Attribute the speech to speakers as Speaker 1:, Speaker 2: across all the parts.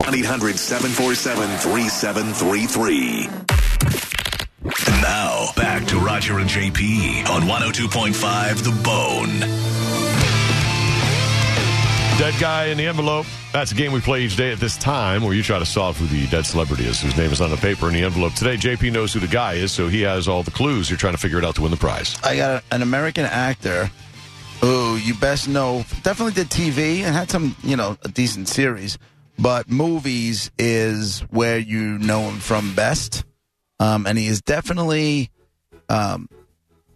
Speaker 1: 1 800 747 3733. Now, back to Roger and JP on 102.5 The Bone.
Speaker 2: Dead guy in the envelope. That's a game we play each day at this time where you try to solve who the dead celebrity is, whose name is on the paper in the envelope. Today, JP knows who the guy is, so he has all the clues. You're trying to figure it out to win the prize.
Speaker 3: I got an American actor who you best know definitely did TV and had some, you know, a decent series, but movies is where you know him from best. Um, and he is definitely um,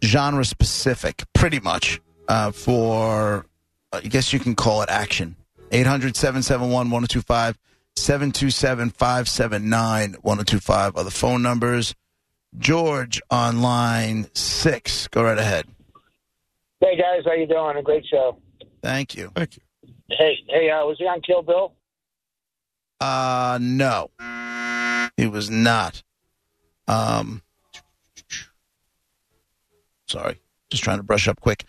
Speaker 3: genre specific, pretty much, uh, for, I guess you can call it action. 800 771 1025, 727 579 1025 are the phone numbers. George on line six. Go right ahead.
Speaker 4: Hey guys, how you doing? A great show.
Speaker 3: Thank you.
Speaker 2: Thank you.
Speaker 4: Hey, hey, uh, was he on Kill Bill?
Speaker 3: Uh no. He was not. Um sorry. Just trying to brush up quick.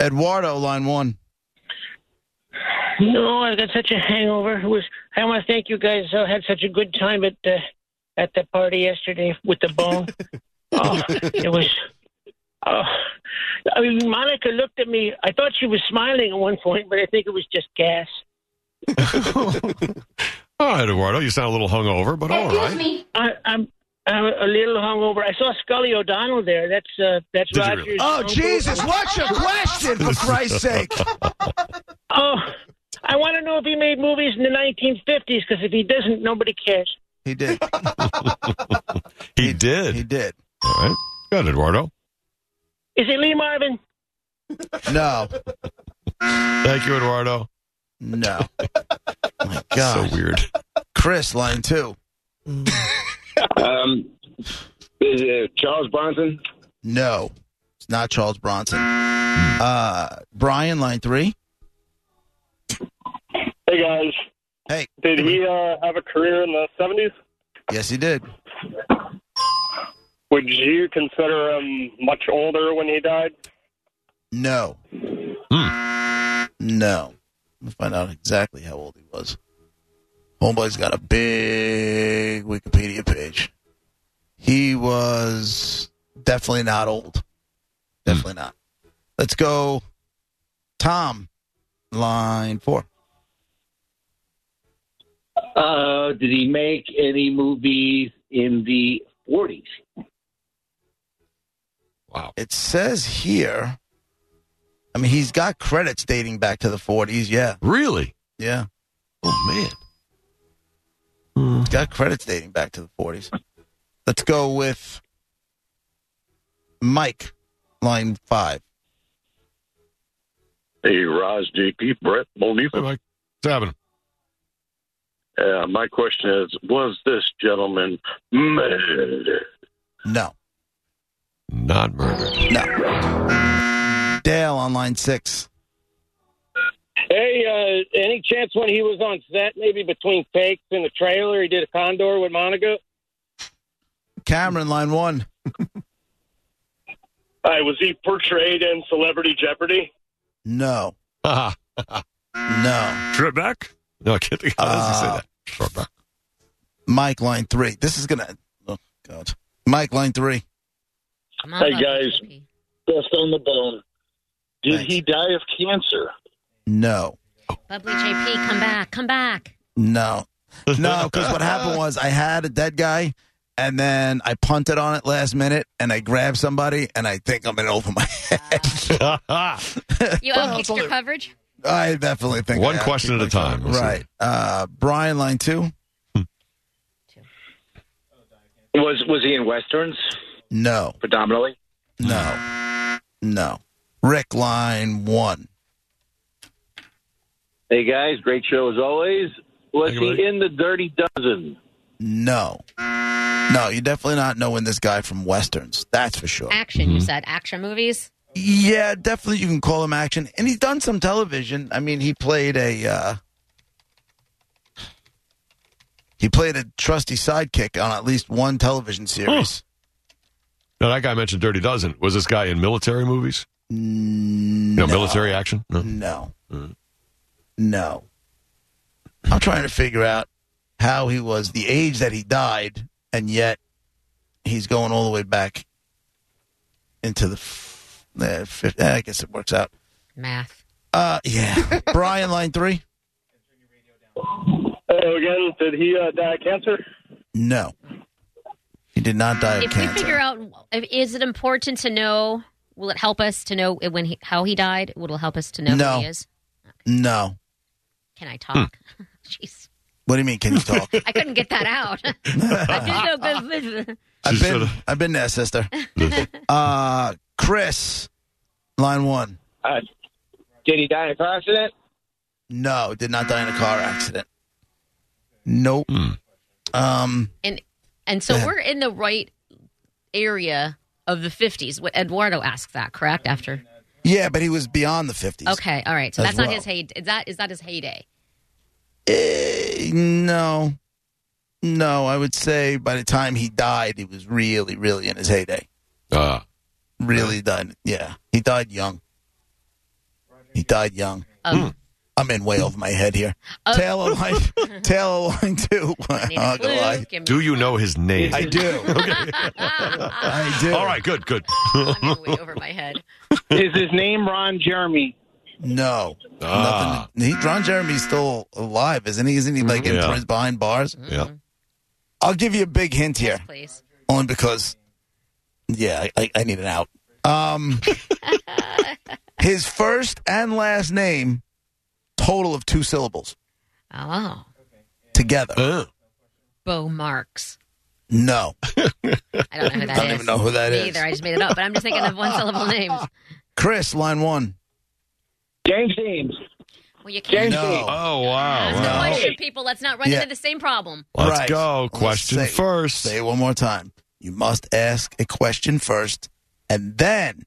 Speaker 3: Eduardo, line one.
Speaker 5: No, I got such a hangover. It was I want to thank you guys. I had such a good time at the at the party yesterday with the bone. oh, it was. Oh, I mean, Monica looked at me. I thought she was smiling at one point, but I think it was just gas.
Speaker 2: All right, Eduardo, you sound a little hungover, but all right.
Speaker 5: I, I'm. I'm a little hungover. I saw Scully O'Donnell there. That's uh, that's
Speaker 2: Did you
Speaker 5: Roger's.
Speaker 2: really?
Speaker 3: Oh
Speaker 5: uncle.
Speaker 3: Jesus, what's your question for Christ's sake?
Speaker 5: Oh, I want to know if he made movies in the 1950s because if he doesn't, nobody cares.
Speaker 3: He did.
Speaker 2: He
Speaker 3: He
Speaker 2: did.
Speaker 3: did.
Speaker 2: All right. Good, Eduardo.
Speaker 5: Is it Lee Marvin?
Speaker 3: No.
Speaker 2: Thank you, Eduardo.
Speaker 3: No. My God.
Speaker 2: So weird.
Speaker 3: Chris, line two.
Speaker 6: Um, is it Charles Bronson?
Speaker 3: No. It's not Charles Bronson. Uh Brian, line three.
Speaker 7: Hey guys,
Speaker 3: Hey.
Speaker 7: did he uh, have a career in the seventies?
Speaker 3: Yes, he did.
Speaker 7: Would you consider him much older when he died?
Speaker 3: No. No. Let me find out exactly how old he was. Homeboy's got a big Wikipedia page. He was definitely not old. Definitely not. Let's go, Tom, line four.
Speaker 8: Uh, did he make any movies in the 40s?
Speaker 3: It says here. I mean, he's got credits dating back to the 40s. Yeah.
Speaker 2: Really?
Speaker 3: Yeah.
Speaker 2: Oh, man.
Speaker 3: He's got credits dating back to the 40s. Let's go with Mike, line five.
Speaker 6: Hey, Roz, JP, Brett,
Speaker 2: Hey,
Speaker 6: Monifa.
Speaker 2: Mike. What's happening?
Speaker 6: Uh, my question is, was this gentleman murdered?
Speaker 3: No,
Speaker 2: Not murdered.
Speaker 3: no. Dale on line six.
Speaker 7: Hey, uh, any chance when he was on set, maybe between takes in the trailer, he did a condor with Monica?
Speaker 3: Cameron, line one.
Speaker 7: Hi, Uh, was he portrayed in Celebrity Jeopardy?
Speaker 3: No,
Speaker 2: Ah,
Speaker 3: no.
Speaker 2: Trebek? No, kidding. How does he say
Speaker 3: Uh,
Speaker 2: that? Trebek.
Speaker 3: Mike, line three. This is gonna. Oh God. Mike, line three.
Speaker 6: Hey, guys.
Speaker 8: Best on the bone.
Speaker 6: Did
Speaker 3: Thanks.
Speaker 6: he die of cancer?
Speaker 3: No,
Speaker 9: Bubbly JP, come back, come back.
Speaker 3: no, no. Because what happened was I had a dead guy, and then I punted on it last minute, and I grabbed somebody, and I think I'm in over my head. Well, it's
Speaker 9: You have extra
Speaker 3: only-
Speaker 9: coverage?
Speaker 3: I definitely think
Speaker 2: One
Speaker 3: I have
Speaker 2: question at a
Speaker 3: people-
Speaker 2: time. We'll see.
Speaker 3: Right. Uh, Brian, line two.
Speaker 8: Was was he in westerns
Speaker 3: No,
Speaker 8: predominantly?
Speaker 3: no, no. Rick, line one.
Speaker 8: Hey guys, great show as always.
Speaker 6: Was he in the Dirty Dozen?
Speaker 3: No. No, you're definitely not knowing this guy from Westerns. That's for sure.
Speaker 9: Action, you said. Action movies?
Speaker 3: Yeah, definitely you can call him action. And he's done some television. I mean, he played a uh he played a trusty sidekick on at least one television series.
Speaker 2: Now, that guy mentioned Dirty Dozen. Was this guy in military movies? No, military action? No.
Speaker 3: No. No. I'm trying to figure out how he was the age that he died, and yet he's going all the way back into the. f- eh, fif- eh, I guess it works out.
Speaker 9: Math.
Speaker 3: Uh, yeah. Brian, line three?
Speaker 6: Hello again. Did he uh, die of cancer?
Speaker 3: No. He did not die of
Speaker 9: if we
Speaker 3: cancer.
Speaker 9: figure out, if, is it important to know? Will it help us to know when he, how he died? Will it help us to know
Speaker 3: No.
Speaker 9: who he is?
Speaker 3: No.
Speaker 9: Can I talk?
Speaker 3: Hmm.
Speaker 9: Jeez,
Speaker 3: What do you mean, can you talk?
Speaker 9: I couldn't get that out. I do know, but- but-
Speaker 3: I've been, I've been there, sister. Uh, Chris, line one.
Speaker 4: Uh, did he die in a car accident?
Speaker 3: No, did not die in a car accident. Nope. Um,
Speaker 9: and and so
Speaker 3: Yeah.
Speaker 9: we're in the right area of the fifties. What Eduardo asked that, correct? After
Speaker 3: yeah, but he was beyond the 50s.
Speaker 9: okay, all right. So
Speaker 3: As
Speaker 9: that's not
Speaker 3: well.
Speaker 9: his heyday. Is that is that his heyday?
Speaker 3: Eh, no. No, I would say by the time he died, he was really, really in his heyday.
Speaker 2: Uh,
Speaker 3: Really done. Yeah. He died young. He died young.
Speaker 9: Oh.
Speaker 3: I'm in way over my head here.
Speaker 9: Oh.
Speaker 3: Tail of line, tail of line two. I'm
Speaker 9: Need a
Speaker 3: not gonna
Speaker 9: clue?
Speaker 3: lie.
Speaker 9: Give me-
Speaker 2: Do you know his name?
Speaker 3: I do. I do.
Speaker 2: All right, good, good.
Speaker 9: I'm way over my head.
Speaker 7: Is his name Ron Jeremy?
Speaker 3: No.
Speaker 2: Ah. Mm-hmm.
Speaker 3: Nothing. He, Ron Jeremy's still alive, isn't he? Isn't he like in
Speaker 2: Yeah.
Speaker 3: prison behind bars?
Speaker 2: Yeah.
Speaker 3: I'll give you a big hint here.
Speaker 9: Please.
Speaker 3: only because yeah I, I need an out um his first and last name total of two syllables
Speaker 9: Oh,
Speaker 3: together
Speaker 2: Uh,
Speaker 9: Bo Marks.
Speaker 3: no
Speaker 9: I don't know who that is.
Speaker 3: don't even know who that
Speaker 9: Me
Speaker 3: is.
Speaker 9: Either I just made it up, but I'm just thinking of one syllable names.
Speaker 3: chris line one
Speaker 4: James Dean.
Speaker 9: Well, you can't.
Speaker 3: no
Speaker 2: oh, wow.
Speaker 9: Ask
Speaker 2: wow.
Speaker 9: a question, people. Let's not run
Speaker 3: Yeah.
Speaker 9: into the same problem.
Speaker 2: Let's
Speaker 3: Right.
Speaker 2: go.
Speaker 3: Let's
Speaker 2: Question
Speaker 3: say-
Speaker 2: first.
Speaker 3: say it one more time you must ask a question first and then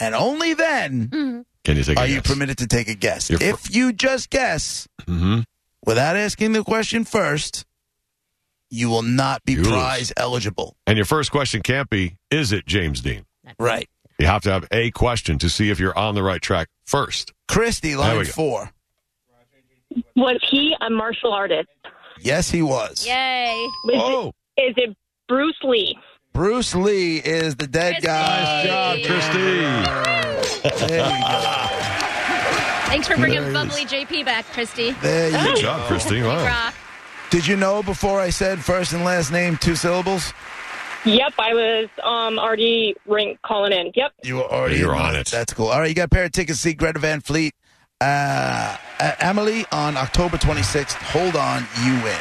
Speaker 3: and only then
Speaker 2: Can you Mm. take a
Speaker 3: are you
Speaker 2: guess?
Speaker 3: permitted to take a guess
Speaker 2: You're fr-
Speaker 3: if you just guess
Speaker 2: Mhm.
Speaker 3: without asking the question first you will not be
Speaker 2: You lose.
Speaker 3: prize eligible
Speaker 2: And your first question can't be, is it James Dean?
Speaker 3: right
Speaker 2: You have to have a question to see if you're on the right track first.
Speaker 3: Christy,
Speaker 2: There
Speaker 3: line
Speaker 2: we go.
Speaker 3: four.
Speaker 10: Was he a martial artist?
Speaker 3: Yes, he was.
Speaker 9: Yay!
Speaker 10: Was
Speaker 2: Oh,
Speaker 10: it, is it Bruce Lee?
Speaker 3: Bruce Lee is the dead
Speaker 9: Christy.
Speaker 3: guy.
Speaker 9: Nice job,
Speaker 3: Christy. There you go.
Speaker 9: Thanks for bringing
Speaker 3: Nice.
Speaker 9: bubbly JP back, Christy.
Speaker 3: There Oh. you
Speaker 2: good
Speaker 3: go.
Speaker 2: job, Christy.
Speaker 9: You
Speaker 2: Wow.
Speaker 9: rock.
Speaker 3: Did you know before I said first and last name, two syllables?
Speaker 10: Yep, I was um, already ring calling in. Yep.
Speaker 3: You were already
Speaker 2: You're
Speaker 3: in
Speaker 2: on it.
Speaker 3: That's cool. All right, you got a pair of tickets to see Greta Van Fleet uh, at Emily on October 26th. Hold on, you win.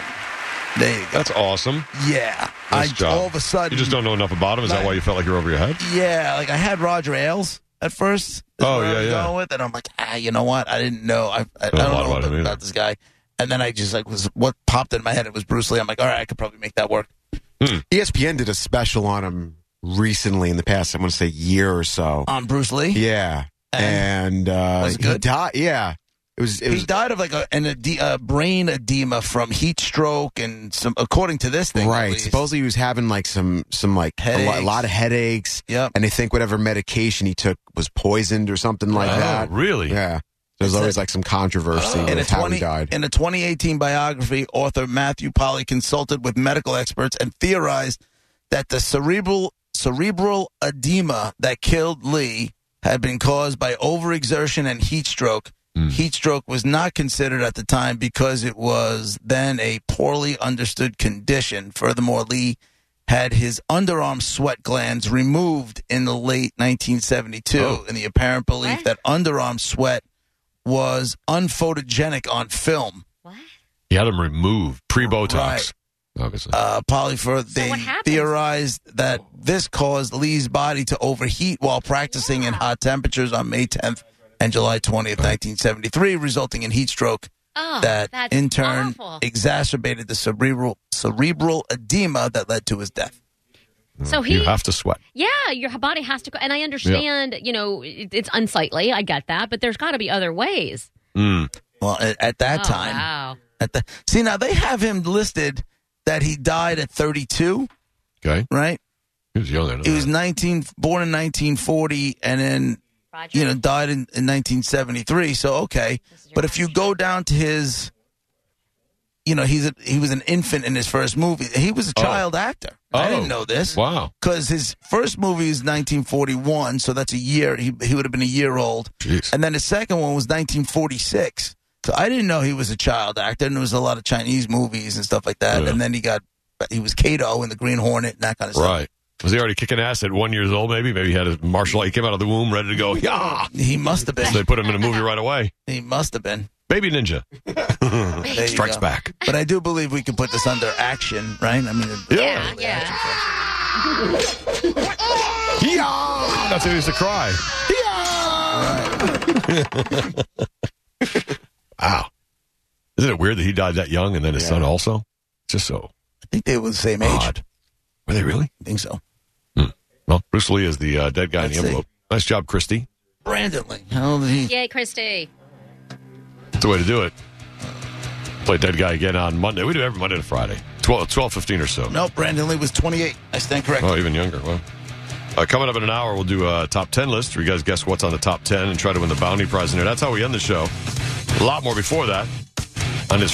Speaker 3: There you go.
Speaker 2: That's awesome.
Speaker 3: Yeah.
Speaker 2: Uh, Nice
Speaker 3: I,
Speaker 2: job.
Speaker 3: All of a sudden.
Speaker 2: You just don't know enough about him. Is that why you felt like you're over your head?
Speaker 3: Yeah, like I had Roger Ailes at first. is
Speaker 2: Oh,
Speaker 3: where I
Speaker 2: yeah,
Speaker 3: was
Speaker 2: yeah.
Speaker 3: Going with, and I'm like, ah, you know what? I didn't know. I, I, I
Speaker 2: Don't know a lot
Speaker 3: don't know
Speaker 2: about
Speaker 3: about,
Speaker 2: him either.
Speaker 3: about this guy. And then I just like was what popped in my head. It was Bruce Lee. I'm like, all right, I could probably make that work.
Speaker 11: ESPN did a special on him recently in the past. I want to say year or so.
Speaker 3: On Bruce Lee,
Speaker 11: Yeah, and uh,
Speaker 3: Oh. Was it
Speaker 11: he
Speaker 3: good?
Speaker 11: di- yeah, it was. It
Speaker 3: he
Speaker 11: was.
Speaker 3: died of like a an ede- uh, brain edema from heat stroke and some. According to this thing, at
Speaker 11: Right.
Speaker 3: least.
Speaker 11: Supposedly he was having like some some like a, lo- a
Speaker 3: Headaches.
Speaker 11: lot of headaches,
Speaker 3: Yep.
Speaker 11: and they think whatever medication he took was poisoned or something like
Speaker 2: oh,
Speaker 11: that.
Speaker 2: really?
Speaker 11: Yeah. There's
Speaker 3: That's
Speaker 11: always
Speaker 3: it.
Speaker 11: like some controversy
Speaker 3: In Oh. a,
Speaker 11: with how
Speaker 3: 20,
Speaker 11: he died.
Speaker 3: in a 2018 biography, author Matthew Polly consulted with medical experts and theorized that the cerebral cerebral edema that killed Lee had been caused by overexertion and heat stroke.
Speaker 11: Hmm.
Speaker 3: Heat stroke was not considered at the time because it was then a poorly understood condition. Furthermore, Lee had his underarm sweat glands removed in the late 1972 in the apparent belief
Speaker 9: Oh. What?
Speaker 3: that underarm sweat was unphotogenic on film.
Speaker 9: What?
Speaker 2: You had him removed pre Botox,
Speaker 3: Right.
Speaker 2: obviously.
Speaker 3: Uh, Polyfer, they
Speaker 9: what happens?
Speaker 3: theorized that this caused Lee's body to overheat while practicing in hot temperatures on May 10th and July 20th, 1973, resulting in heat stroke.
Speaker 9: Oh,
Speaker 3: that
Speaker 9: that's
Speaker 3: in turn
Speaker 9: awful.
Speaker 3: exacerbated the cerebral cerebral edema that led to his death.
Speaker 9: So he-
Speaker 2: you have to sweat.
Speaker 9: Yeah, your body has to go. And I understand, you know, it, it's unsightly. I get that, but there's got to be other ways.
Speaker 3: Mm. Well, at, at that
Speaker 9: Oh,
Speaker 3: time,
Speaker 9: Wow.
Speaker 3: at the see now they have him listed that he died at 32.
Speaker 2: Okay,
Speaker 3: right?
Speaker 2: He was young. I know
Speaker 3: He was
Speaker 2: that.
Speaker 3: 19, born in 1940, and then you know died in, in 1973. So okay, but if you go down to his, you know, he's a, he was an infant in his first movie. He was a
Speaker 2: Oh.
Speaker 3: child actor. I
Speaker 2: Oh.
Speaker 3: didn't know this.
Speaker 2: Wow.
Speaker 3: Because his first movie is 1941, so that's a year. He, he would have been a year old.
Speaker 2: Jeez.
Speaker 3: And then his second one was 1946. So I didn't know he was a child actor, and there was a lot of Chinese movies and stuff like that.
Speaker 2: Yeah.
Speaker 3: And then he got, he was Kato in The Green Hornet and that kind of stuff.
Speaker 2: Right. Was he already kicking ass at one years old? Maybe. Maybe he had a martial. He came out of the womb ready to go. Yeah.
Speaker 3: He must have
Speaker 2: So
Speaker 3: been.
Speaker 2: they put him in a movie right away.
Speaker 3: He must have been.
Speaker 2: Baby Ninja
Speaker 3: There you
Speaker 2: strikes
Speaker 3: go.
Speaker 2: back.
Speaker 3: But I do believe we can put this under action, right? I mean,
Speaker 2: Yeah.
Speaker 9: Yeah.
Speaker 2: Yeah. That's what he used to cry. wow. Isn't it weird that he died that young and then his son also? Just so
Speaker 3: I think they were the same age.
Speaker 2: odd. Were they really?
Speaker 3: I think so.
Speaker 2: Well, Bruce Lee is the uh, dead guy
Speaker 3: Let's
Speaker 2: in the envelope. Nice job, Christy.
Speaker 3: Brandon Lee. How old is he?
Speaker 9: Yay, Christy.
Speaker 2: That's the way to do it. Play dead guy again on Monday. We do every Monday to Friday, 12, 12 15 or so.
Speaker 3: No, Brandon Lee was 28. I stand corrected.
Speaker 2: Oh, even younger. Well, uh, coming up in an hour, we'll do a top 10 list. Where you guys guess what's on the top 10 and try to win the bounty prize in there. That's how we end the show. A lot more before that.